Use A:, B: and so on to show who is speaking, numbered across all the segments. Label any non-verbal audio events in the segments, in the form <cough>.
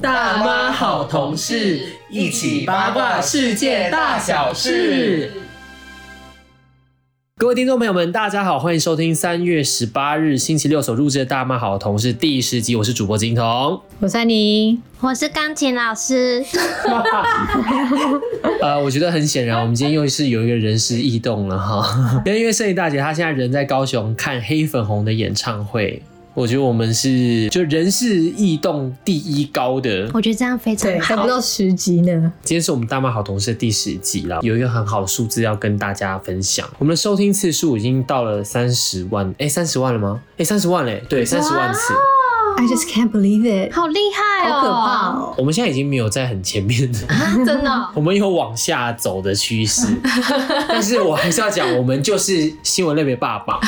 A: 大妈好同事，一起八卦世界大小事。各位听众朋友们，大家好，欢迎收听三月十八日星期六所录制的《大妈好同事》第十集，我是主播金童。
B: 我是安妮，
C: 我是钢琴老师，
A: 呃，我觉得很显然，我们今天又是有一个人事异动了哈。 <laughs> 因为摄影大姐她现在人在高雄看黑粉红的演唱会，我觉得我们是就人事异动第一高的。
C: 我觉得这样非常
B: 对，还
C: 好
B: 不。到十集呢。
A: 今天是我们大妈好同事的第十集了，有一个很好的数字要跟大家分享。我们的收听次数已经到了三十万，哎、三十万了吗？哎、三十万嘞，对，三十万次。
B: I just can't believe it，
C: 好厉害哦！
B: 好可怕哦！
A: 我们现在已经没有在很前面的， <laughs>
C: 啊！真的哦、
A: 我们有往下走的趋势，但是我还是要讲，我们就是新闻类别霸榜，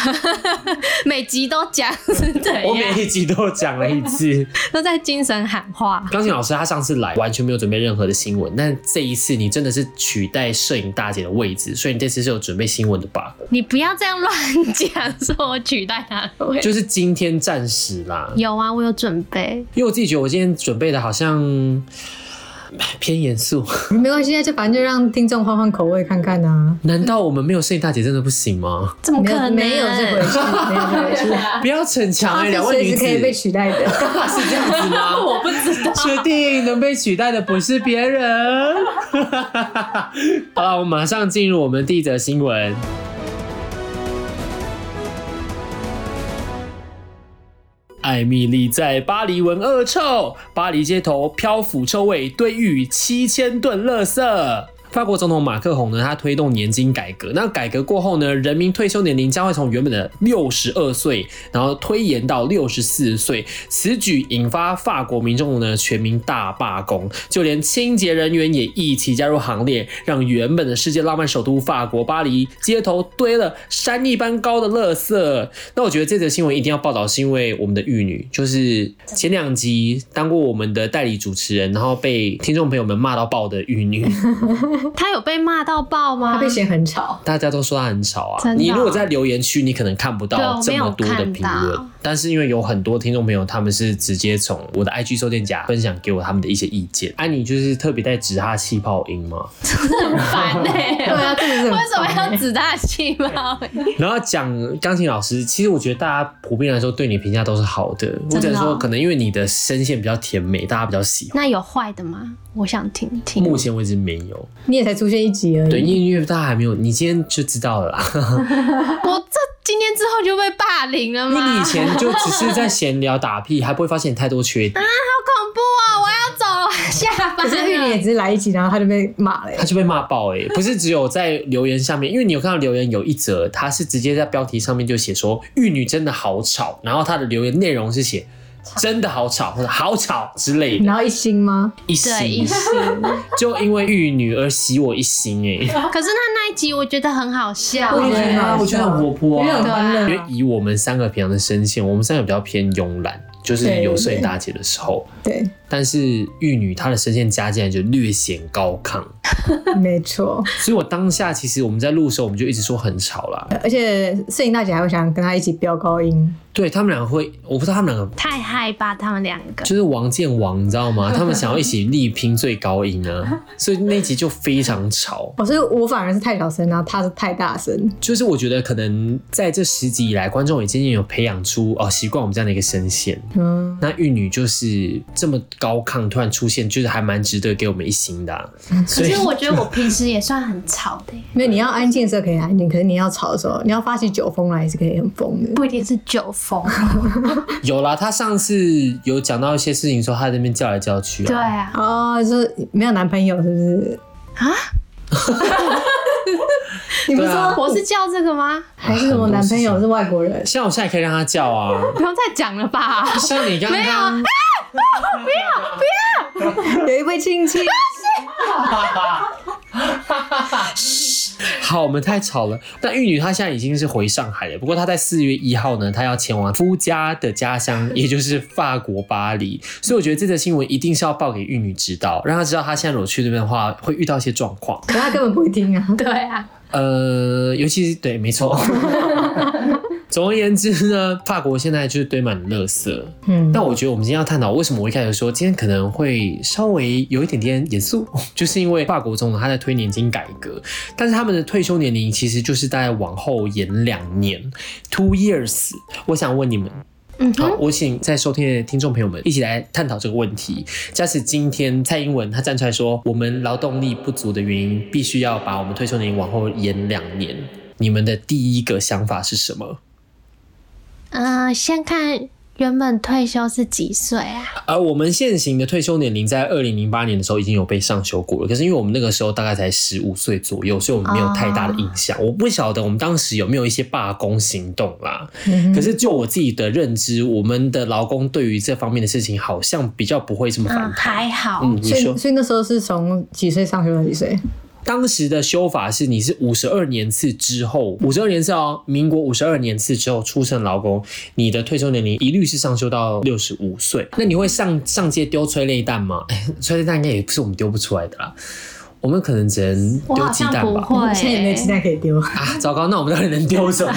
C: 每集都讲是怎
A: 我
C: 样，
A: 每一集都讲了一次。
C: 都在精神喊话。
A: 钢琴老师他上次来完全没有准备任何的新闻，但这一次你真的是取代摄影大姐的位置，所以你这次是有准备新闻的吧？
C: 你不要这样乱讲，说我取代他的位置。
A: 就是今天暂时啦，
C: 有啊，我有准备。
A: 因为我自己觉得我今天准备的好像偏严肃， <laughs>
B: 没关系，那就反正就让听众换换口味看看啊。
A: 难道我们没有摄影大姐真的不行吗？
C: 怎么
B: 没
C: 可
B: 有
C: 能？
B: 没有这 <laughs> 回事，没有这回事。
A: 不要逞强
B: 它
A: 哎、
B: 啊是
A: 两位
B: 随
A: 女
B: 时
A: 子
B: 可以被取代的。
A: 是这样子
B: <laughs>
A: 吗？我不知道，确定能被取代的不是别人。 <laughs> 好了，我们马上进入我们第一则新闻。艾米丽在巴黎闻恶臭，巴黎街头漂腐臭味堆逾七千吨垃圾。法国总统马克宏呢，他推动年金改革。那改革过后呢，人民退休年龄将会从原本的六十二岁，然后推延到六十四岁。此举引发法国民众呢全民大罢工，就连清洁人员也一起加入行列，让原本的世界浪漫首都法国巴黎街头堆了山一般高的垃圾。那我觉得这则新闻一定要报道，是因为我们的玉女，就是前两集当过我们的代理主持人，然后被听众朋友们骂到爆的玉女。
C: 他有被骂到爆吗？
B: 他被嫌很吵，
A: 大家都说他很吵啊。
C: 真的啊
A: 你如果在留言区，你可能看不
C: 对啊
A: 到
C: 我
A: 这
C: 没有
A: 么多的
C: 看
A: 评
C: 到
A: 论，但是因为有很多听众朋友，他们是直接从我的 IG 收件夹分享给我他们的一些意见。安、妮就是特别在指他气泡音
C: <laughs>
A: 嘛，
C: 很烦
B: <laughs>
C: 呢、
B: 对啊，这个是
C: 为
B: 很
C: 什么
B: 烦
C: 要
B: 欸
C: 指大气吗？
B: <laughs>
A: 然后讲钢琴老师，其实我觉得大家普遍来说对你评价都是好的，
C: 哦
A: 我只能说可能因为你的声线比较甜美，大家比较喜欢。
C: 那有坏的吗？我想听听。
A: 目前为止没有，
B: 你也才出现一集而
A: 对，
B: 已。
A: 因为大家还没有，你今天就知道了啦。
C: <laughs> 我这今天之后就被霸凌了
A: 因为
C: 吗？
A: 你以前就只是在闲聊打屁，还不会发现你太多缺点，
C: 好恐怖哦！我要走了，下
B: 可
C: 班
B: 是玉林也
C: 了。
B: 只是来一集，然后他就被骂了欸
A: <laughs> 他。就被骂爆哎、不是只有在留言下面，因为你有看到留言有一则，他是直接在标题上面就写说玉女真的好吵，然后他的留言内容是写真的好吵或者好吵之类的，
B: 然后一星吗？
A: 一心
C: 对，一心。
A: <laughs> 就因为玉女而洗我一心哎、
C: 可是他那一集我觉得很好笑，欸
B: 我也觉得
A: 我觉得很活泼
B: 因为很
A: 啊，
B: 欢
A: 因
B: 乐
A: 为
B: 啊。
A: 以我们三个平常的声线，我们三个比较偏慵懒，就是
B: 对
A: 有摄影大姐的时候，
B: 对，
A: 但是玉女她的声线加进来就略显高亢，
B: 没错。
A: 所以我当下其实我们在录的时候，我们就一直说很吵啦，
B: 而且摄影大姐还会想跟他一起飙高音，
A: 对他们两个会，我不知道他们两个
C: 太害怕他们两个。
A: 就是王建王，你知道吗？他们想要一起力拼最高音啊，所以那集就非常吵。
B: 哦，所以我反而是太小声，然后他是太大声。
A: 就是我觉得可能在这十集以来，观众也渐渐有培养出哦习惯我们这样的一个声线。
B: 嗯，
A: 那玉女就是这么高亢，突然出现，就是还蛮值得给我们一星的、啊。
C: 嗯可
A: 所以
C: 是我觉得我平时也算很吵的耶，
B: 没有，你要安静的时候可以安静，可是你要吵的时候，你要发起酒疯来也是可以很疯的。
C: 不一定是酒
A: <laughs>
C: 疯。
A: 有啦，她上次有讲到一些事情，说她在那边叫来叫去、
C: 对
A: 啊。
C: 啊，
B: 哦，就是没有男朋友是不是？
C: 啊，
B: <laughs> 你不
A: 对
B: 是
A: 啊
B: 说
C: 我是叫这个吗？
B: 还是我男朋友是外国人？
A: 像我现在可以让她叫啊，
C: 不用再讲了吧？
A: 像你刚
C: 没有啊
A: 刚，
B: 有一位亲
C: <laughs>
B: 戚，
A: 好，我们太吵了。但玉女她现在已经是回上海了，不过她在四月一号呢，她要前往夫家的家乡，也就是法国巴黎。所以我觉得这则新闻一定是要报给玉女知道，让她知道她现在如果去那边的话，会遇到一些状况。
B: 可他根本不会听啊。
C: 对啊，
A: 呃，尤其是对，没错。 <laughs> 总而言之呢，法国现在就是堆满了垃圾。
B: 嗯，
A: 但我觉得我们今天要探讨为什么我一开始说今天可能会稍微有一点点严肃， <laughs> 就是因为法国总统他在推年金改革，但是他们的退休年龄其实就是大概往后延两年，two years。我想问你们，
C: 嗯
A: 好
C: 哼，，
A: 我请在收听的听众朋友们一起来探讨这个问题。假使今天蔡英文她站出来说，我们劳动力不足的原因，必须要把我们退休年龄往后延两年，你们的第一个想法是什么？
C: 呃，先看原本退休是几岁啊？
A: 而呃我们现行的退休年龄在二零零八年的时候已经有被上修过了，可是因为我们那个时候大概才十五岁左右，所以我们没有太大的印
B: 啊
A: 象。我不晓得我们当时有没有一些罢工行动啦。
B: 嗯
A: 可
B: 哼
A: 是就我自己的认知，我们的劳工对于这方面的事情好像比较不会这么反
C: 嗯，
B: 啊
A: 弹。
C: 还好。
A: 嗯，你
B: 所
A: 说
B: 以所以那时候是从几岁上学到几岁？
A: 当时的修法是你是五十二年次之后，五十二年次哦，民国五十二年次之后出生劳工，你的退休年龄一律是上修到六十五岁。那你会上上街丢催泪弹吗？ <laughs> 哎，催泪弹应该也不是我们丢不出来的啦，我们可能只能
C: 我
A: 丢
C: 好
A: 鸡
C: 像
A: 蛋
C: 不
A: 吧。
C: 会，
B: 现在也没有鸡蛋可以丢，
A: 啊，糟糕，那我们到底能丢什么？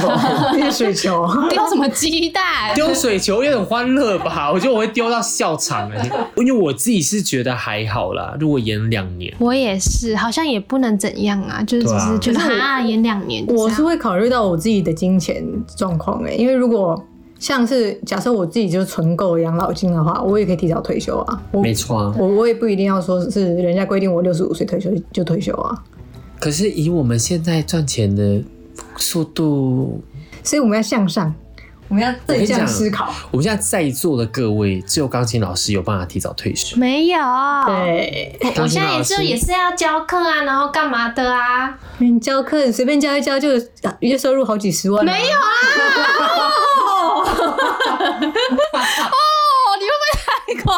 B: 那是水球。
C: <laughs> 丢什么鸡蛋？
A: 丢水球也很欢乐吧？我觉得我会丢到笑场哎、因为我自己是觉得还好啦，如果延两年。
C: 我也是，好像也不能怎样啊，就是
A: 对
C: 只
A: 啊
C: 是觉得
B: 可是我
C: 啊，演两年就这样，
B: 我是会考虑到我自己的金钱状况欸诶，因为如果像是假设我自己就存够养老金的话，我也可以提早退休啊。我
A: 没错啊，
B: 我我也不一定要说是人家规定我六十五岁退休就退休啊，
A: 可是以我们现在赚钱的速度，
B: 所以我们要向上，我们要正向思考。
A: 我们现在在座的各位，只有钢琴老师有办法提早退休。
C: 没有。
B: 对，
C: 哎我，我现在也
A: 钢琴老师 <laughs>
C: 是也是要教课啊，然后干嘛的啊？
B: 你教课你随便教一教就啊月收入好几十万、啊，
C: 没有啊！哦，你会不会太夸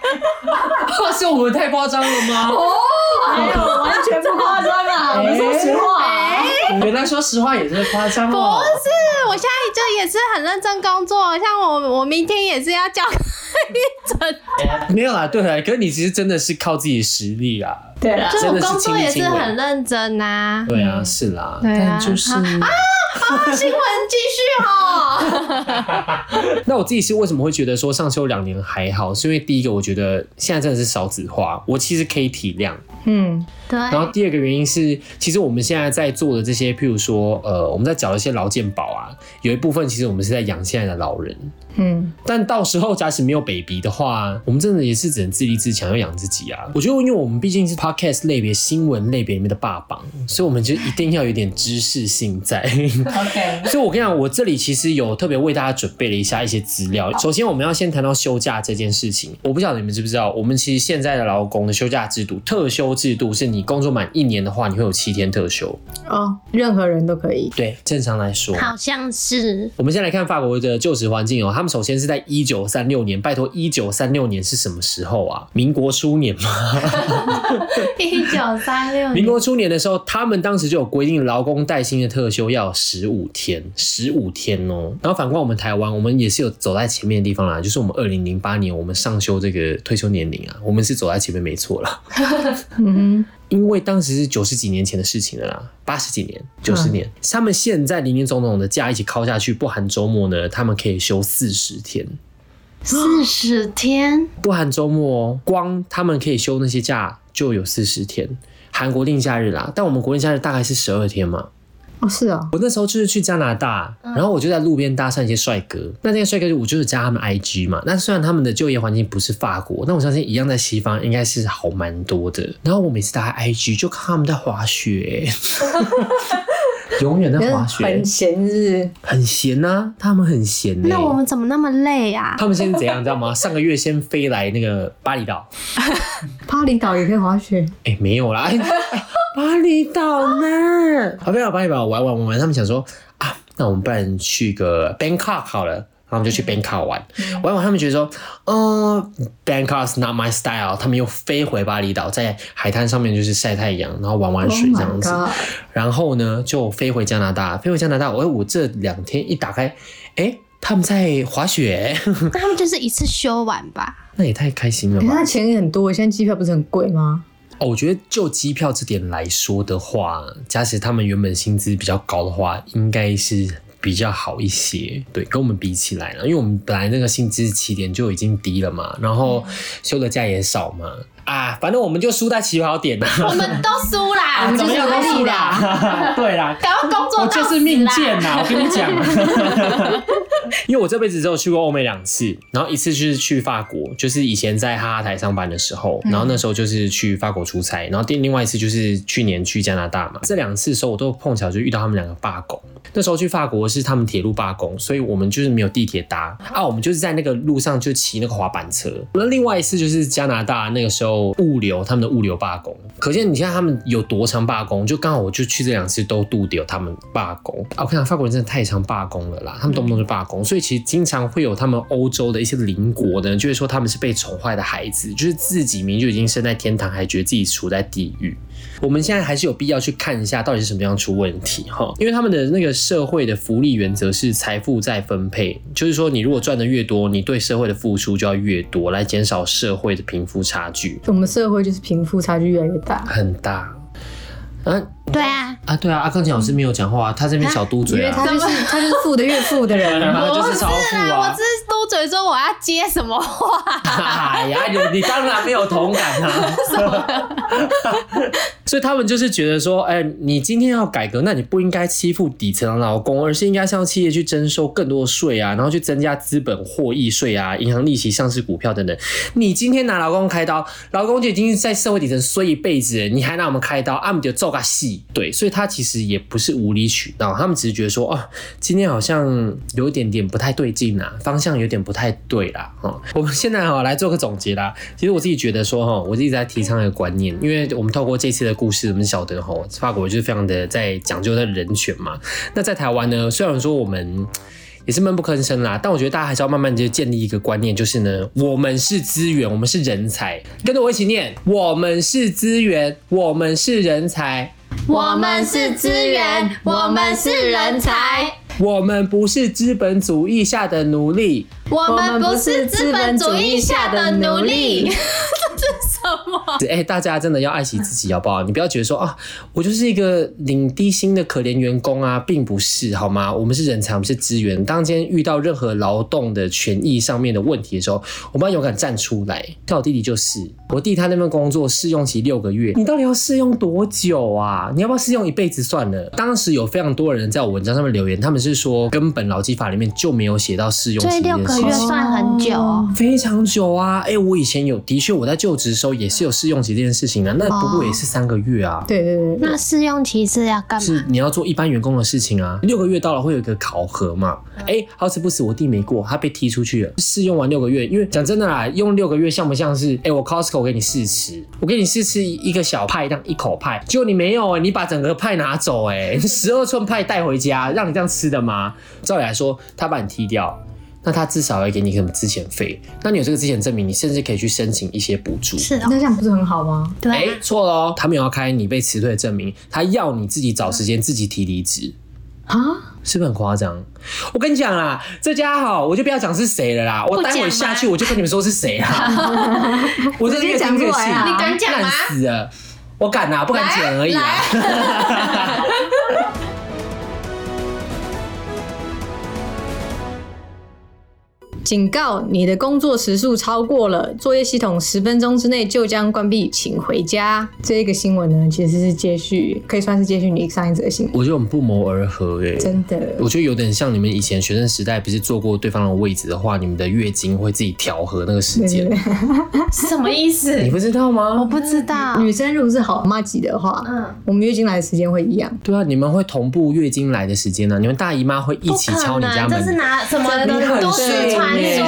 A: 哦是我们太夸张了吗？
C: <laughs>
B: 没有，完全不夸张啊！我们说实话，
A: 原来说实话也是夸张
C: 不
A: 哦。
C: 是，我现在就也是很认真工作，像我我明天也是要教一整，
A: 没有啦，对啦，可是你其实真的是靠自己的实力啊。
B: 对了，
C: 就是
A: 真
C: 我
A: 的是
C: 工作也是
A: 亲力亲为
C: 很认真呐、
A: 对啊，是啦，
C: 对啊
A: 但就是，
C: 啊。新闻继续
A: <laughs>
C: 哦。
A: 那我自己是为什么会觉得说上休两年还好，是因为第一个我觉得现在真的是少子化，我其实可以体谅。
B: 嗯，
C: 对，
A: 然后第二个原因是，其实我们现在在做的这些，譬如说，呃，我们在缴一些劳健保啊，有一部分其实我们是在养现在的老人。
B: 嗯，
A: 但到时候假使没有 baby 的话，我们真的也是只能自立自强，要养自己啊。我觉得，因为我们毕竟是 podcast 类别、新闻类别里面的霸榜，所以我们就一定要有点知识性在。OK，所以我跟你讲，我这里其实有特别为大家准备了一下一些资料。首先，我们要先谈到休假这件事情。我不晓得你们知不知道，我们其实现在的劳工的休假制度，特休制度是你工作满一年的话，你会有七天特休。
B: 哦，任何人都可以，
A: 对，正常来说，
C: 好像是
A: 我们先来看法国的就职环境哦，他们首先是在一九三六年，拜托，一九三六年是什么时候啊？民国初年吗？
C: 一九三六
A: 民
C: 年，
A: 国初年的时候，他们当时就有规定，劳工带薪的特休要十五天，十五天哦。然后反观我们台湾，我们也是有走在前面的地方啦，就是我们二零零八年我们上修这个退休年龄啊，我们是走在前面没错啦。
B: 嗯
A: 因为当时是九十几年前的事情了啦，八十几年、九十年，他们现在零零总总的假一起敲下去，不含周末呢，他们可以休四十天。
C: 四十天，
A: 不含周末哦，光他们可以休那些假就有四十天。韩国定假日啦，但我们国定假日大概是十二天嘛。
B: 哼，哦，是啊，
A: 我那时候就是去加拿大，
C: 嗯
A: 然后我就在路边搭讪一些帅哥。那这些帅哥我就是加他们 IG 嘛。那虽然他们的就业环境不是法国，但我相信一样在西方应该是好蛮多的。然后我每次搭 IG 就看他们在滑雪、欸
C: <laughs>
A: 永远在滑雪
B: 很，闲日，
A: 很闲呐、他们很闲、欸。
C: 那我们怎么那么累啊？
A: 他们先怎样，你知道吗？上个月先飞来那个巴厘岛，
B: 巴厘岛也可以滑雪，
A: 哎、没有啦，哎哎巴厘岛呢？
B: <laughs>
A: 好，不要巴厘岛玩玩玩玩，他们想说啊，那我们不然去个 Bangkok 好了。然后我们就
B: 嗯
A: 去 Bangkok 玩，玩完他们觉得说，呃，Bangkok's not my style，他们又飞回巴厘岛，在海滩上面就是晒太阳，然后玩玩
B: Oh
A: 水这样
B: my
A: 子。
B: god，
A: 然后呢，就飞回加拿大，飞回加拿大，我我这两天一打开，哎，他们在滑雪， <laughs>
C: 那他们就是一次修完吧？
A: 那也太开心了
B: 可是
A: 吧！
B: 他哎钱也很多，现在机票不是很贵吗？
A: 哦，我觉得就机票这点来说的话，假使他们原本薪资比较高的话，应该是比较好一些，对，跟我们比起来了，因为我们本来那个薪资起点就已经低了嘛，然后休的假也少嘛，啊，反正我们就输在起跑点啊啦，
C: 我们都输
A: 啊
C: 啦，
B: 我们就是
C: 努
B: 努
C: 力
B: 力
C: 的，
A: 啦， <laughs> 对啦，
C: 赶快工作
A: 我
C: 到死
A: 就
C: 啦
A: 是命贱啊呐、我跟你讲， <laughs> 因为我这辈子只有去过欧美两次，然后一次是去法国，就是以前在哈哈台上班的时候，然后那时候就是去法国出差，然后第另外一次就是去年去加拿大嘛，这两次的时候我都碰巧就遇到他们两个罢工。那时候去法国是他们铁路罢工，所以我们就是没有地铁搭啊，我们就是在那个路上就骑那个滑板车。那另外一次就是加拿大那个时候物流他们的物流罢工，可见你现在他们有多常罢工，就刚好我就去这两次都度掉他们罢工啊。我看法国人真的太常罢工了啦，他们动不动就罢工，所以其实经常会有他们欧洲的一些邻国呢，就会说他们是被宠坏的孩子，就是自己明明就已经生在天堂，还觉得自己处在地狱。我们现在还是有必要去看一下到底是什么样出问题哈，因为他们的那个社会的福利原则是财富再分配，就是说你如果赚的越多，你对社会的付出就要越多，来减少社会的贫富差距
B: 我们社会就是贫富差距越来越大，
A: 很大。啊
C: 对啊，
A: 啊，对啊，阿康强老师没有讲话、啊，他这边小嘟
B: 因
A: 嘴
B: 为
A: 啊
B: 他，就是他就是富的越富的 <laughs> 人
A: 然
B: 啊。
A: 后就是少富
C: 啊我
A: 啊
C: 只。是嘟嘴说我要接什么话，
A: 哎呀，你你当然没有同感啊！所以他们就是觉得说，哎、你今天要改革，那你不应该欺负底层的劳工，而是应该向企业去征收更多的税啊，然后去增加资本获益税啊、银行利息、上市股票等等。你今天拿劳工开刀，劳工就已经在社会底层衰一辈子了，你还拿我们开刀，啊，我们就揍个戏。对，所以他其实也不是无理取闹，他们只是觉得说，哦，今天好像有一点点不太对劲啊，方向有点不太对啦。哈、我们现在哈、来做个总结啦。其实我自己觉得说哈、我一直在提倡一个观念，因为我们透过这次的故事，我们晓得哈、法国就是非常的在讲究的人权嘛。那在台湾呢，虽然说我们。也是闷不吭声啦，但我觉得大家还是要慢慢就建立一个观念，就是呢，我们是资源，我们是人才。跟着我一起念，我们是资源，我们是人才，
C: 我们是资源，我们是人才，
A: 我们不是资本主义下的奴隶。
C: 我们不是资本主义下的奴隶。这是什么？
A: 哎、大家真的要爱惜自己，好不好？你不要觉得说啊，我就是一个领低薪的可怜员工啊，并不是，好吗？我们是人才，我们是资源。当今天遇到任何劳动的权益上面的问题的时候，我们要勇敢站出来。像我弟弟就是，我弟他那份工作试用期六个月，你到底要试用多久啊？你要不要试用一辈子算了？当时有非常多人在我文章上面留言，他们是说根本劳基法里面就没有写到试用期这件事情。
B: 算很久哦
A: 非常久啊！哎、我以前有，的确我在就职的时候也是有试用期这件事情的、那不过也是三个月啊。
B: 对对对对，
C: 那试用期是要干
A: 是你要做一般员工的事情啊，六个月到了会有一个考核嘛？哎、好死不死我弟没过，他被踢出去了。试用完六个月，因为讲真的啦，用六个月像不像是哎、我 Costco 给你试吃，我给你试吃一个小派当一口派，结果你没有、哎，你把整个派拿走、哎， <laughs> 十二寸派带回家，让你这样吃的吗？照理来说，他把你踢掉。那他至少要给你什么资遣费？那你有这个资遣证明，你甚至可以去申请一些补助。
C: 是哦
B: 那这样不是很好吗？
C: 对啊
A: 哎、错了哦，他没有要开你被辞退的证明，他要你自己找时间自己提离职，
B: 啊，
A: 是不是很夸张？我跟你讲啦，这家哈，我就不要讲是谁了啦，我
C: 不
A: 待
C: 讲
A: 会下去我就跟你们说是谁啦。我真的越听越
B: 直接讲出
A: 气
B: 来，啊你
C: 敢讲吗
A: 烂死了，我敢啊啦，不敢讲而已啦。
B: 警告：你的工作时数超过了，作业系统十分钟之内就将关闭，请回家。这个新闻呢，其实是接续，可以算是接续你上一则的新闻，
A: 我觉得我们不谋而合哎、
B: 真的。
A: 我觉得有点像你们以前学生时代，不是坐过对方的位置的话，你们的月经会自己调和那个时
B: 对
A: 间
B: 对，对，
C: 什么意思？
A: 你不知道
C: 我
A: 吗？
C: 不知道。
B: 女生如果是好妈级的话，
C: 嗯，
B: 我们月经来的时间会一样。
A: 对啊，你们会同步月经来的时间呢、啊，你们大姨妈会一
C: 不
A: 起
C: 可
A: 敲你
C: 能
A: 家门，
C: 这是拿什么
A: 你很
C: 都
A: 逊
C: 市传
A: 耶你拜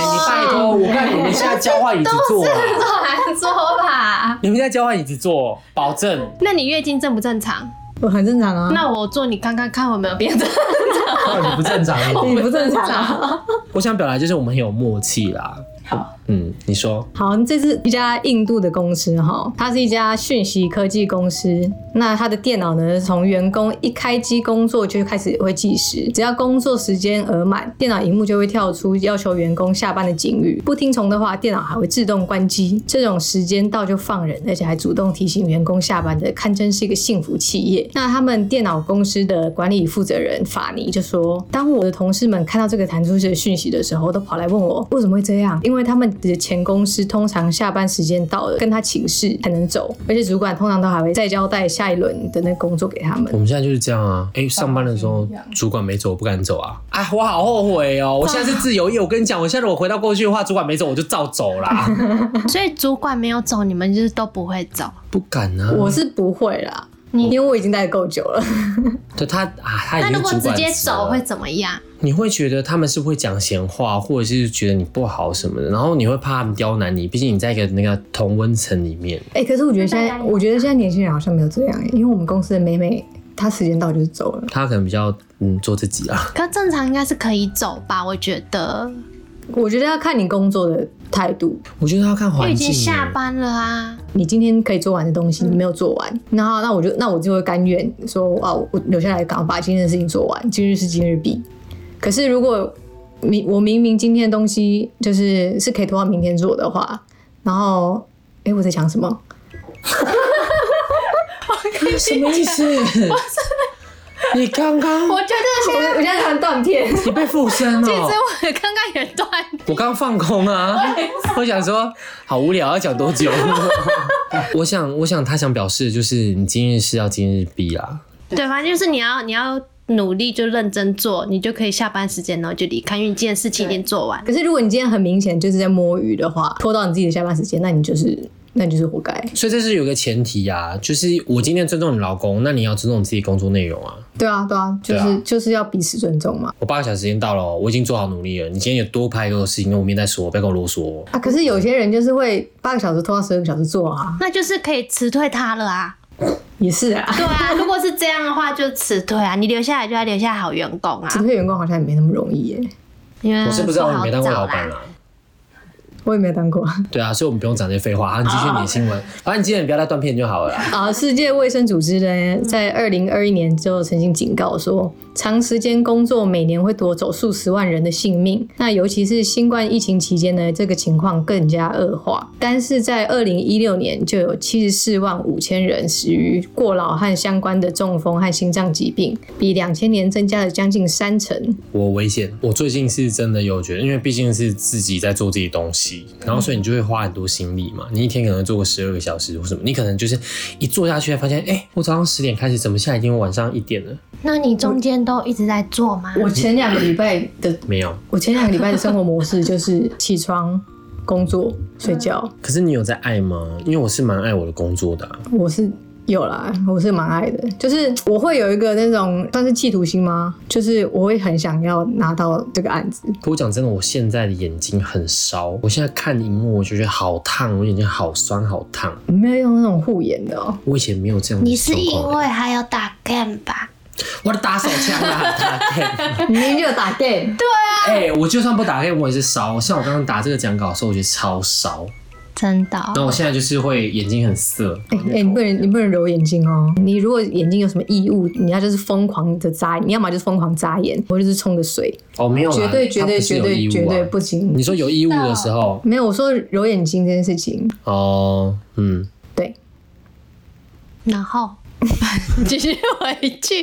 A: 托，
C: 说？啊
A: 我看你们现在交换椅子坐啊，
C: 传说吧。
A: 你们现在交换椅子坐，保证。
C: 那你月经正不正常？
B: 我很正常啊，
C: 那我做你刚刚看有没有变正常？
A: 哦你不正常。 <laughs>
B: 你不正常啊。
A: 我想表达就是我们很有默契啦，
B: 好，
A: 嗯，你说，
B: 好，这是一家印度的公司哈，它是一家讯息科技公司。那它的电脑呢，从员工一开机工作就开始会计时，只要工作时间额满，电脑荧幕就会跳出要求员工下班的警语，不听从的话，电脑还会自动关机。这种时间到就放人，而且还主动提醒员工下班的，堪称是一个幸福企业。那他们电脑公司的管理负责人法尼就说：“当我的同事们看到这个弹出去的讯息的时候，都跑来问我为什么会这样，因为他们的前公司通常下班时间到了，跟他请示才能走，而且主管通常都还会再交代下一轮的那工作给他们
A: 我。们现在就是这样啊。哎、上班的时候
C: 一样
A: 主管没走，我不敢走啊。哎，我好后悔哦！我现在是自由业，我跟你讲，我现在如果回到过去的话，主管没走，我就照走啦。
C: <laughs> 所以主管没有走，你们就是都不会走。
A: 不敢啊，
B: 我是不会啦，
C: 你
B: 因为我已经待得够久了。
A: 对他啊，他已
C: 那
A: 经是
C: 如果
A: 主
C: 直
A: 管
C: 接
A: 职了
C: 走会怎么样？
A: 你会觉得他们是会讲闲话，或者是觉得你不好什么的，然后你会怕他们刁难你，毕竟你在一个那个同温层里面。
B: 哎、可是我觉得现
C: 大
B: 在，
C: 家
B: 我觉得现在年轻人好像没有这样、欸，因为我们公司的美美，她时间到就是走了。
A: 他可能比较嗯做自己啊，
C: 可正常应该是可以走吧？我觉得，
B: 我觉得要看你工作的态度，
A: <laughs> 我觉得要看
C: 因为
A: 环
C: 已
A: 境欸、
C: 经下班了啊。
B: 你今天可以做完的东西，你没有做完，然后那我就那我就会甘愿说啊，我我留下来赶快把今天的事情做完，今日事今日毕。可是如果明我明明今天的东西就是是可以拖到明天做的话，然后哎、我在讲什么？
A: 什么意思？你刚 <laughs> 刚
C: 我觉得
B: <laughs> 我
C: 现在，
B: 我现在很断片，
A: 你被附身
C: 其实
A: 哦、
C: 我刚刚也断
A: 我刚放空啊，我想说好无聊，要讲多久？ <laughs> 我想，我想他想表示的就是你今日事要今日毕啦。
C: 对，反正就是你要你要努力，就认真做，你就可以下班时间然后就离开，因为你今天事情已经做
B: <laughs>
C: 完。
B: 可是如果你今天很明显就是在摸鱼的话，拖到你自己的下班时间，那你就是那你就是活该。
A: 所以这是有个前提啊，就是我今天尊重你老公，那你要尊重你自己工作内容啊。
B: 对啊，对啊，就是、
A: 对啊
B: 就是要彼此尊重嘛。
A: 我八个小时时间到了哦，我已经做好努力了。你今天有多拍给我的事情，那我明天再说，不要跟我啰嗦
C: 嗯
A: 哦。
B: 啊，可是有些人就是会八个小时拖到十二个小时做啊，
C: 那就是可以辞退他了啊！
B: 也是啊。
C: 对啊，如果是这样的话，就辞退啊！你留下来就要留下好员工啊
B: 辞，退员工好像也没那么容易耶，
C: 因为
A: 我是不知道你
C: 好
A: 没当过
C: 找
A: 老板
C: 啦。
A: 啊。
B: 我也没有当过
A: 对啊，所以我们不用讲这些废话。好，你继续你的新闻，反正你今天也不要再断片就好了啦。
B: <laughs> 啊。世界卫生组织呢，在二零二一年就曾经警告说，长时间工作每年会夺走数十万人的性命。那尤其是新冠疫情期间呢，这个情况更加恶化。但是在二零一六年，就有七十四万五千人死于过劳和相关的中风和心脏疾病，比两千年增加了将近三成。
A: 我危险，我最近是真的有觉得，因为毕竟是自己在做自己的东西，然后所以你就会花很多心力嘛。你一天可能做个十二个小时或什么，你可能就是一做下去，发现哎、诶我早上十点开始，怎么现在已经晚上一点了？
C: 那你中间都一直在做吗？
B: 我前两个礼拜的
A: 没有。
B: 我前两个礼拜的生活模式就是起床、工作、睡觉。
A: 可是你有在爱吗？因为我是蛮爱我的工作的啊、
B: 我是有啦，我是蛮爱的，就是我会有一个那种算是企图心吗？就是我会很想要拿到这个案子。
A: 可我讲真的，我现在的眼睛很烧，我现在看荧幕我就觉得好烫，我眼睛好酸好烫。
B: 你没有用那种护眼的哦、
A: 我以前没有这样的
C: 你是
A: 状
C: 因
A: 况欸。
C: 为还有打 game 吧？
A: 我的打手枪啦，打
B: <laughs>
A: game。
B: 你明明就有打 <laughs> game，
A: 哎、我就算不打 game，我也是烧。像我刚刚打这个讲稿的时候，我觉得超烧。
C: 真的哦、
A: 那我现在就是会眼睛很涩，
B: 哎、哎你不能你不能揉眼睛哦、你如果眼睛有什么异物，你要就是疯狂的眨，你要么就是疯狂眨眼，我就是冲个水，
A: 哦，没有啦，
B: 绝对绝对
A: 它不是
B: 绝
A: 有
B: 对
A: 异物啊
B: 绝对不行。
A: 你说有异物的时候，
B: 没有，我说揉眼睛这件事情，
A: 哦，嗯，
B: 对，
C: 然
D: <laughs>
C: 后继续回去，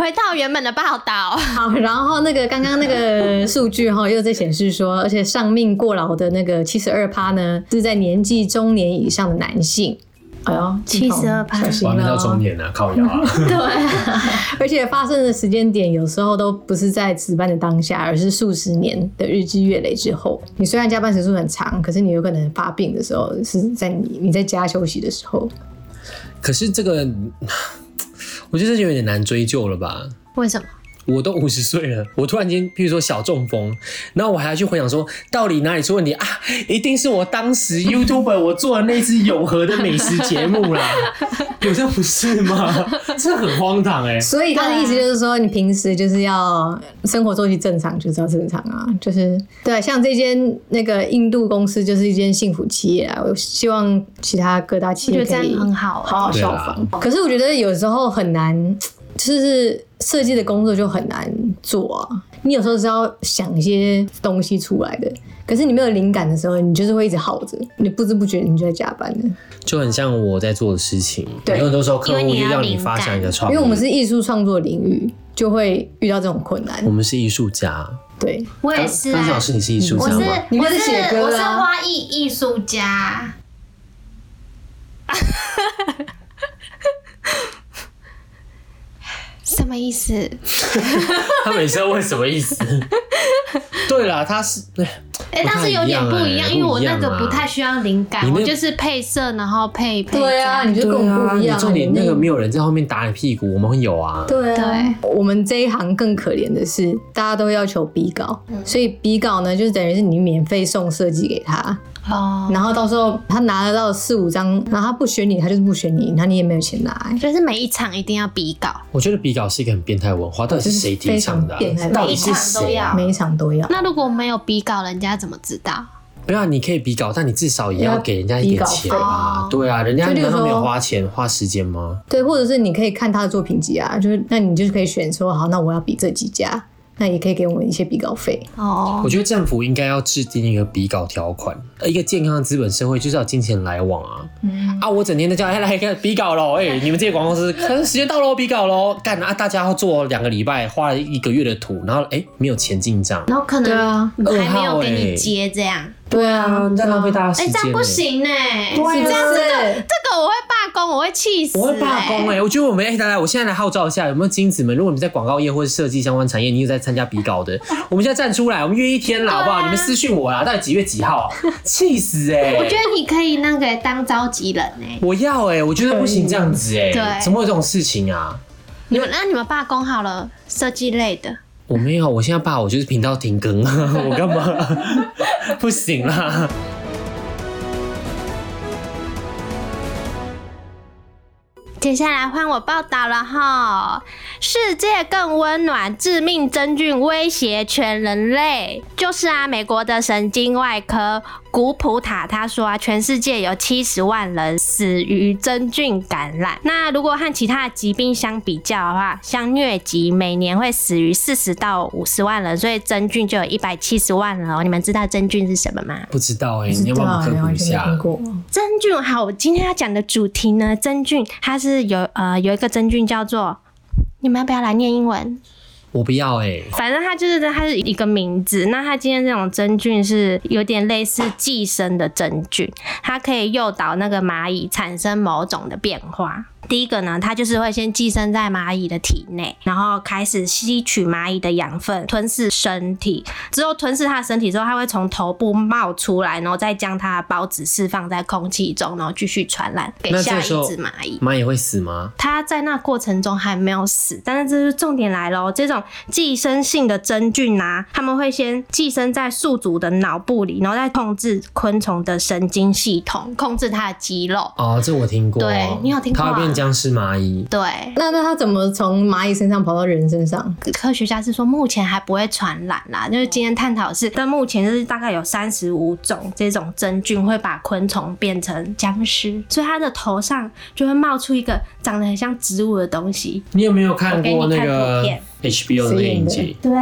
C: 回到原本的报道。
B: 好，然后那个刚刚那个数据哈、又在显示说，而且上命过劳的那个七十二趴呢，是在年纪中年以上的男性。哎呦，镜头
C: 72%
B: 小心
A: 我还没
B: 了
A: 到中
B: 哦。
A: 年呢、靠腰啊。
C: 对啊，
B: 而且发生的时间点有时候都不是在值班的当下，而是数十年的日积月累之后。你虽然加班时数很长，可是你有可能发病的时候是在你你在家休息的时候。
A: 可是这个，我觉得这有点难追究了吧？
C: 为什么？
A: 我都五十岁了，我突然间，譬如说小中风，然后我还要去回想说，到底哪里出问题啊？一定是我当 <laughs> 时 YouTube 我做的那支永和的美食节目啦， <laughs> 有这不是吗？这很荒唐哎、
B: 所以他的意
C: 啊
B: 思就是说，你平时就是要生活作息正常，就是要正常啊，就是对。像这间那个印度公司就是一间幸福企业啊，我希望其他各大企
C: 我觉
B: 业
C: 得这
B: 可以
C: 样很好欸
B: 好好效
A: 啊
B: 仿。可是我觉得有时候很难，就是设计的工作就很难做啊。你有时候是要想一些东西出来的，可是你没有灵感的时候，你就是会一直耗着，你不知不觉你就在加班了。
A: 就很像我在做的事情。
B: 对
A: 很多时候客
C: 因
A: 户
C: 为你
A: 就
C: 要
A: 让你
C: 灵
A: 发
C: 感
A: 想一个创
B: 因
A: 意，
B: 为我们是艺术创作领域，就会遇到这种困难
A: 我。们是艺术家。
B: 对，
D: 我也
A: 刚
D: 是
A: 刚
D: 啊
A: 是老师，你是艺术
D: 我
A: 家
D: 是
A: 吗？
B: <laughs> 你
D: 我
B: 开始
D: 是
B: 写歌
D: 我是
B: 啦
D: 花艺艺术家，
C: <laughs> 什么意思？
A: 他每次都问什么意思？
B: <laughs>
A: 对啦，他是
D: 哎，但是有点不一样，因为我那个不太需要灵
A: 你
D: 感，
A: 那
D: 我就是配色，然后配配
B: 对啊，
D: 这样
B: 你就跟我
A: 对啊，
B: 们不一
A: 你
B: 样。
A: 重点那个没有人在后面打你屁股，我们会有啊。
B: 对啊
D: 对，
B: 我们这一行更可怜的是，大家都要求比稿，所以比稿呢，就是等于是你免费送设计给他，
D: 哦，
B: 然后到时候他拿得到四五张，然后他不选你，他就是不选你，那你也没有钱拿、欸。
C: 就是每一场一定要比稿。
A: 我觉得比稿是一个很变态文化，到底是谁提倡的啊、
B: 就是非常变态
A: 到底是谁啊？
B: 每一场都要，
C: 那如果没有比稿，人家怎么知道？
A: 不要，你可以比稿，但你至少也要给人家一点钱吧？对啊，人家
B: 就例如
A: 难道没有
B: 说
A: 花钱花时间吗？
B: 对，或者是你可以看他的作品集啊，就是那你就是可以选说，好，那我要比这几家，那也可以给我们一些比稿费。
C: 哦，
A: 我觉得政府应该要制定一个比稿条款，呃一个健康的资本社会就是要金钱来往啊。
B: 嗯
A: 啊，我整天在叫哎来看比稿喽，哎、
B: <laughs>
A: 你们这些广告公司，可能时间到喽，比稿喽，干啊！大家要做两个礼拜，画了一个月的图，然后哎、没有钱进账，
C: 然后可
B: 对
C: 能
B: 啊，
C: 还没
A: 二号
C: 有给
A: 欸
C: 你接这样，
B: 对啊
A: 啊，，在浪费大家时
D: 哎，
A: 间、
D: 这样不
A: 哎
D: 行呢，
B: 是不是？
C: 这个我会罢工，啊我会气死、欸
A: 我会罢工哎、我觉得我们哎、大家，我现在来号召一下，有没有金子们？如果你们在广告业或者设计相关产业，你有在参加比稿
C: <laughs>
A: 的，我们现在站出来，我们约一天啦，
C: 啊
A: 好不好？你们私讯我啦，到底几月几号啊？气死哎、
C: 我觉得你可以那个当召集人哎、
A: 我要哎、我觉得不行这样子哎、
C: 对
A: 怎么会有这种事情啊？
C: 你们那你们罢工好了，设计类的，
A: 我没有，我现在罢，我就是频道停更， <laughs> 我干嘛？ <laughs> 不行啦。
C: 接下来换我报道了哈。世界更温暖，致命真菌威胁全人类。就是啊，美国的神经外科古普塔他说啊，全世界有七十万人死于真菌感染。那如果和其他的疾病相比较的话，像疟疾每年会死于四十到五十万人，所以真菌就有一百七十万人哦。你们知道真菌是什么吗？
A: 不知道
C: 欸
A: 哎、你要不要我们科
B: 对
A: 普
B: 啊
A: 一
B: 完全没听
A: 下？
B: 过。
C: 真菌好，我今天要讲的主题呢，真菌它是有呃有一个真菌叫做，你们要不要来念英文？
A: 我不要哎、
C: 反正它就是它是一个名字。那它今天这种真菌是有点类似寄生的真菌，它可以诱导那个蚂蚁产生某种的变化。第一个呢，它就是会先寄生在蚂蚁的体内，然后开始吸取蚂蚁的养分，吞噬身体。之后吞噬它的身体之后，它会从头部冒出来，然后再将它的孢子释放在空气中，然后继续传染给
A: 那这
C: 下一
A: 时候
C: 只蚂蚁。
A: 蚂蚁会死吗？
C: 它在那过程中还没有死，但是这是重点来喽。这种寄生性的真菌啊，它们会先寄生在宿主的脑部里，然后再控制昆虫的神经系统，控制它的肌肉。
A: 哦，这我听过。
C: 对你有听过啊
A: 它会变僵尸蚂蚁。
C: 对，
B: 那那他怎么从蚂蚁身上跑到人身上？
C: 科学家是说目前还不会传染啦，就是今天探讨的是，但目前就是大概有三十五种这种真菌会把昆虫变成僵尸，所以它的头上就会冒出一个长得很像植物的东西。
A: 你有没有看
C: 我给
A: 过
C: 你
A: 那
C: 看
A: 个
C: 图片
A: HBO 的
B: 谁
A: 影
B: 演的
A: 集
C: 对，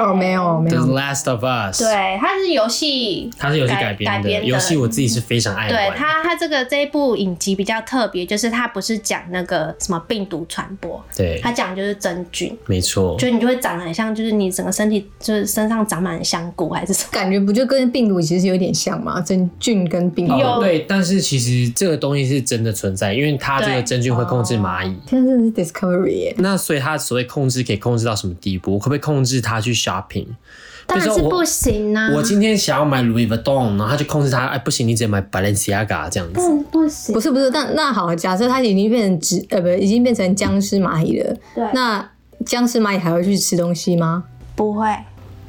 B: 哦，没有没
A: 《The
B: 有，
A: Last of Us》？，
C: 对，它是游戏，
A: 它是游戏
C: 改
A: 改编
C: 改
A: 的。
C: 编的
A: 游戏我自己是非常爱
C: 对
A: 玩。
C: 它它这个这一部影集比较特别，就是它不是讲那个什么病毒传播，
A: 对，哦
C: 它讲就是真菌，
A: 没错。
C: 就你就会长得很像，就是你整个身体就是身上长满香菇还是什么。
B: 感觉不就跟病毒其实有点像吗？真菌跟病毒。
A: 哦对，但是其实这个东西是真的存在，因为它这个
C: 对
A: 真菌会控制蚂蚁。
B: 现在真的是 Discovery 耶、
A: 那所以它所谓控制可以控制到什么地步？可不可以控制它去 shopping？ <laughs>
C: 当然
A: 比
C: 是
A: 如说我
C: 不行啊！
A: 我今天想要买 Louis Vuitton，然后它就控制它，哎，不行，你只能买 Balenciaga 这样子。
C: 不行，
B: 不是不是，但那好，假设它已经变成植呃不，已经变成僵尸蚂蚁了。
C: 对
B: 那僵尸蚂蚁还会去吃东西吗？
E: 不会，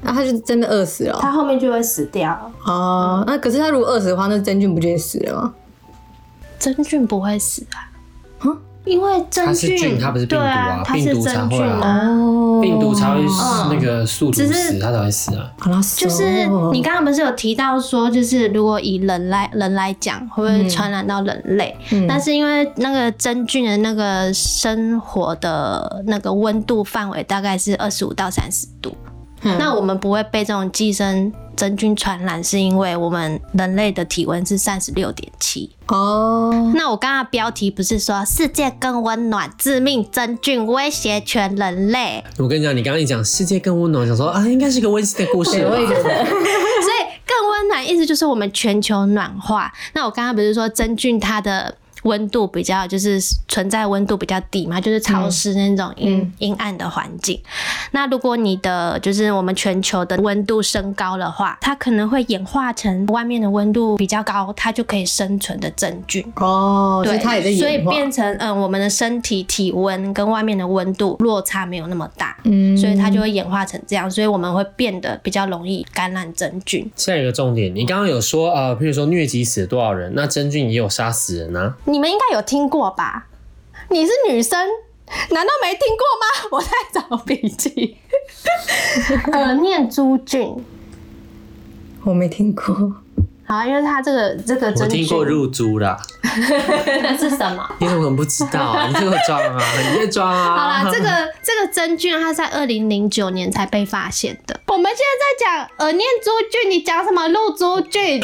B: 那它就真的饿死了
C: 它后面就会死掉。
B: 哦。那可是它如果饿死的话，那真菌不就也死了吗？
E: 真菌不会死啊。
C: 嗯因为真
A: 它是菌，它不是病毒
C: 对
A: 啊
C: 啊，，它
A: 病
C: 是
A: 毒才
C: 真
A: 会
C: 菌
A: 啊，
B: 哦
A: 病毒才会
C: 嗯
A: 那个宿主
C: 只是
A: 死，它才会死啊。
B: 好啦，
C: 就
B: 死
C: 是
B: 哦
C: 你刚刚不是有提到说，就是如果以人来人来讲，会不
A: 嗯
C: 会传染到人类？
B: 嗯
C: 但是因为那个真菌的那个生活的那个温度范围大概是二十五到三十度，
B: 嗯
C: 那我们不会被这种寄生真菌传染，是因为我们人类的体温是三十六点七。
B: 哦，
C: 那我刚刚的标题不是说世界更温暖，致命真菌威胁全人类，
A: 我跟你讲，你刚刚一讲世界更温暖，想说啊，应该是个温馨的故事吧。
C: 所以更温暖意思就是我们全球暖化。那我刚刚不是说真菌它的温度比较就是存在温度比较低嘛，就是潮湿那种阴
B: 嗯
C: 阴、暗的环境。那如果你的就是我们全球的温度升高的话，它可能会演化成外面的温度比较高，它就可以生存的真菌。
B: 哦，所
C: 对，
B: 以它也在
C: 所以
B: 演化，
C: 变成嗯，我们的身体体温跟外面的温度落差没有那么大，
B: 嗯
C: 所以它就会演化成这样，所以我们会变得比较容易感染真菌。
A: 下一个重点，你刚刚有说呃，譬如说疟疾死了多少人，那真菌也有杀死人啊。
C: 你们应该有听过吧？你是女生，难道没听过吗？我 <laughs> 在找笔 <laughs> 记。耳呃念珠菌，
B: 我没听过， <laughs>
C: 好，因为它这个这个
A: 我
C: 真
A: 听
C: 菌
A: 过入猪啦，
C: 是什么？
A: 你怎么可能不知道 <laughs> 啊？你这个装啊，你在装啊。
C: <laughs> 好啦，这个这个真菌它在二零零九年才被发现的。我们现在在讲耳呃念珠菌，你讲什么露珠 <laughs>
A: <laughs>
C: 菌？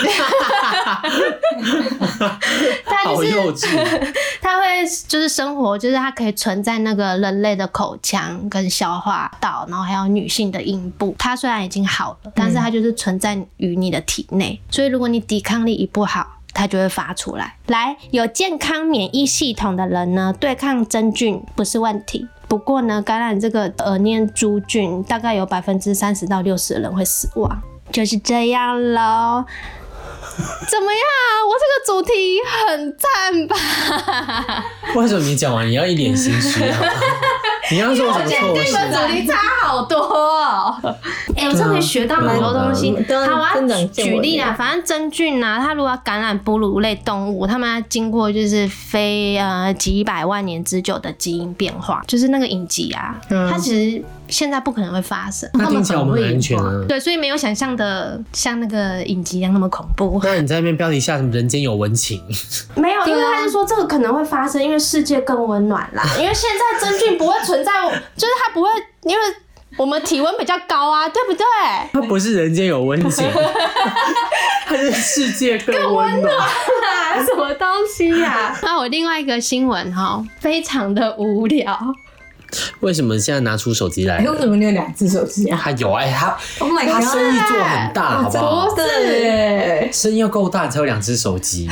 C: 它
A: 好
C: 就
A: 幼稚。
C: 是 <laughs> 它会就是生活，就是它可以存在那个人类的口腔跟消化道，然后还有女性的阴部。它虽然已经好了，但是它就是存在于你的体内，所以如果你抵抗力一不好。它就会发出来。来，有健康免疫系统的人呢，对抗真菌不是问题。不过呢，感染这个耳念珠菌，大概有百分之三十到六十的人会死亡，就是这样喽。 <laughs> 怎么样？啊我这个主题很赞吧？
A: 为什么你讲完你要一脸心虚啊？你刚刚说我什么错
C: 跟你们主
A: 误？
C: 题差好多、哦。 <laughs> 哎、我真
B: 啊
C: 的学到蛮多东西。
B: 对啊
C: 好啊
B: 增长，见闻
C: 举例啦，反正真菌啊，它如果要感染哺乳类动物，它们要经过就是非呃几百万年之久的基因变化，就是那个隐疾啊，
B: 嗯
C: 它其实现在不可能会发生。
A: 那听起来我们很安全啊。
C: 对，所以没有想象的像那个影集一样那么恐怖。
A: 那你在那边标题下什么“人间有温情
C: 没有，因为他是说这个可能会发生，因为世界更温暖 <laughs> 啦。因为现在真菌不会存在，就是它不会，因为我们体温比较高啊，对不对？”？
A: 它不是“人间有温情”，它是世界更温暖。
C: 啊什么东西呀、那我另外一个新闻哈，非常的无聊。
A: 为什么现在拿出手机来
B: 哎，为什
A: 了？
B: 么你有两只手机
C: <laughs>
B: 啊
A: 它有哎，它
B: ？Oh my
C: 啊
A: 它生
B: god！
A: 意做很大，好不好？
C: 不是，
B: 对，
A: 生意要够大，你才有两只手机。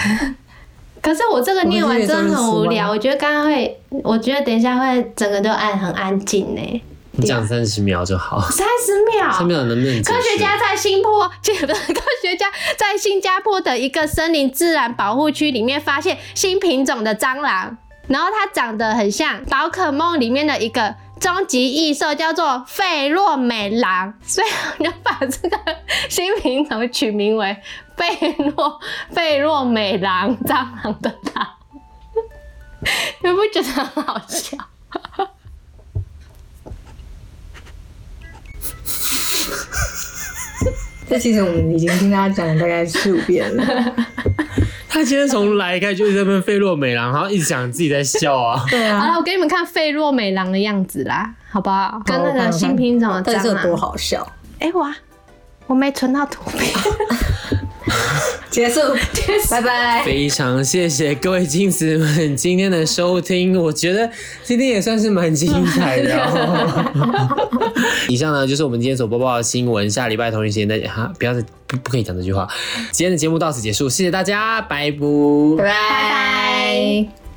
C: 可是我这个念完真的很无聊。我觉得刚刚会，我觉得等一下会整个都按很安静呢。
A: 你讲三十秒就好，
C: 三十秒，
A: 三十秒能不能结束？
C: 科学家在新坡，这不是 <laughs> 科学家在新加坡的一个森林自然保护区里面发现新品种的蟑螂，然后它长得很像宝可梦里面的一个终极异兽，叫做费洛美狼， <laughs> 所以我就把这个新品种取名为费洛费洛美狼蟑螂的狼，你不觉得很好笑？
B: 这其实我们已经听大家讲了大概四五遍了。
A: 他今天从来开始就在那边费洛美郎，然后一直讲自己在笑啊。
B: 对
C: <laughs> 好
B: 啊，
C: 了，我给你们看费洛美狼的样子啦，好不好？跟那
B: 我看
C: 个
B: 我
C: 新
B: 看
C: 品种的
B: 但
C: 蟑
B: 是有
C: 螂。
B: 多好笑？
C: 哎、哇，我没存到图片，
B: 结束，拜拜。
A: 非常谢谢各位金子们今天的收听，我觉得今天也算是蛮精彩的、哦。以上呢就是我们今天所播报的新闻，下礼拜同一时间再哈，不要再不不可以讲这句话。今天的节目到此结束，谢谢大家，拜拜。
B: 拜
C: 拜拜。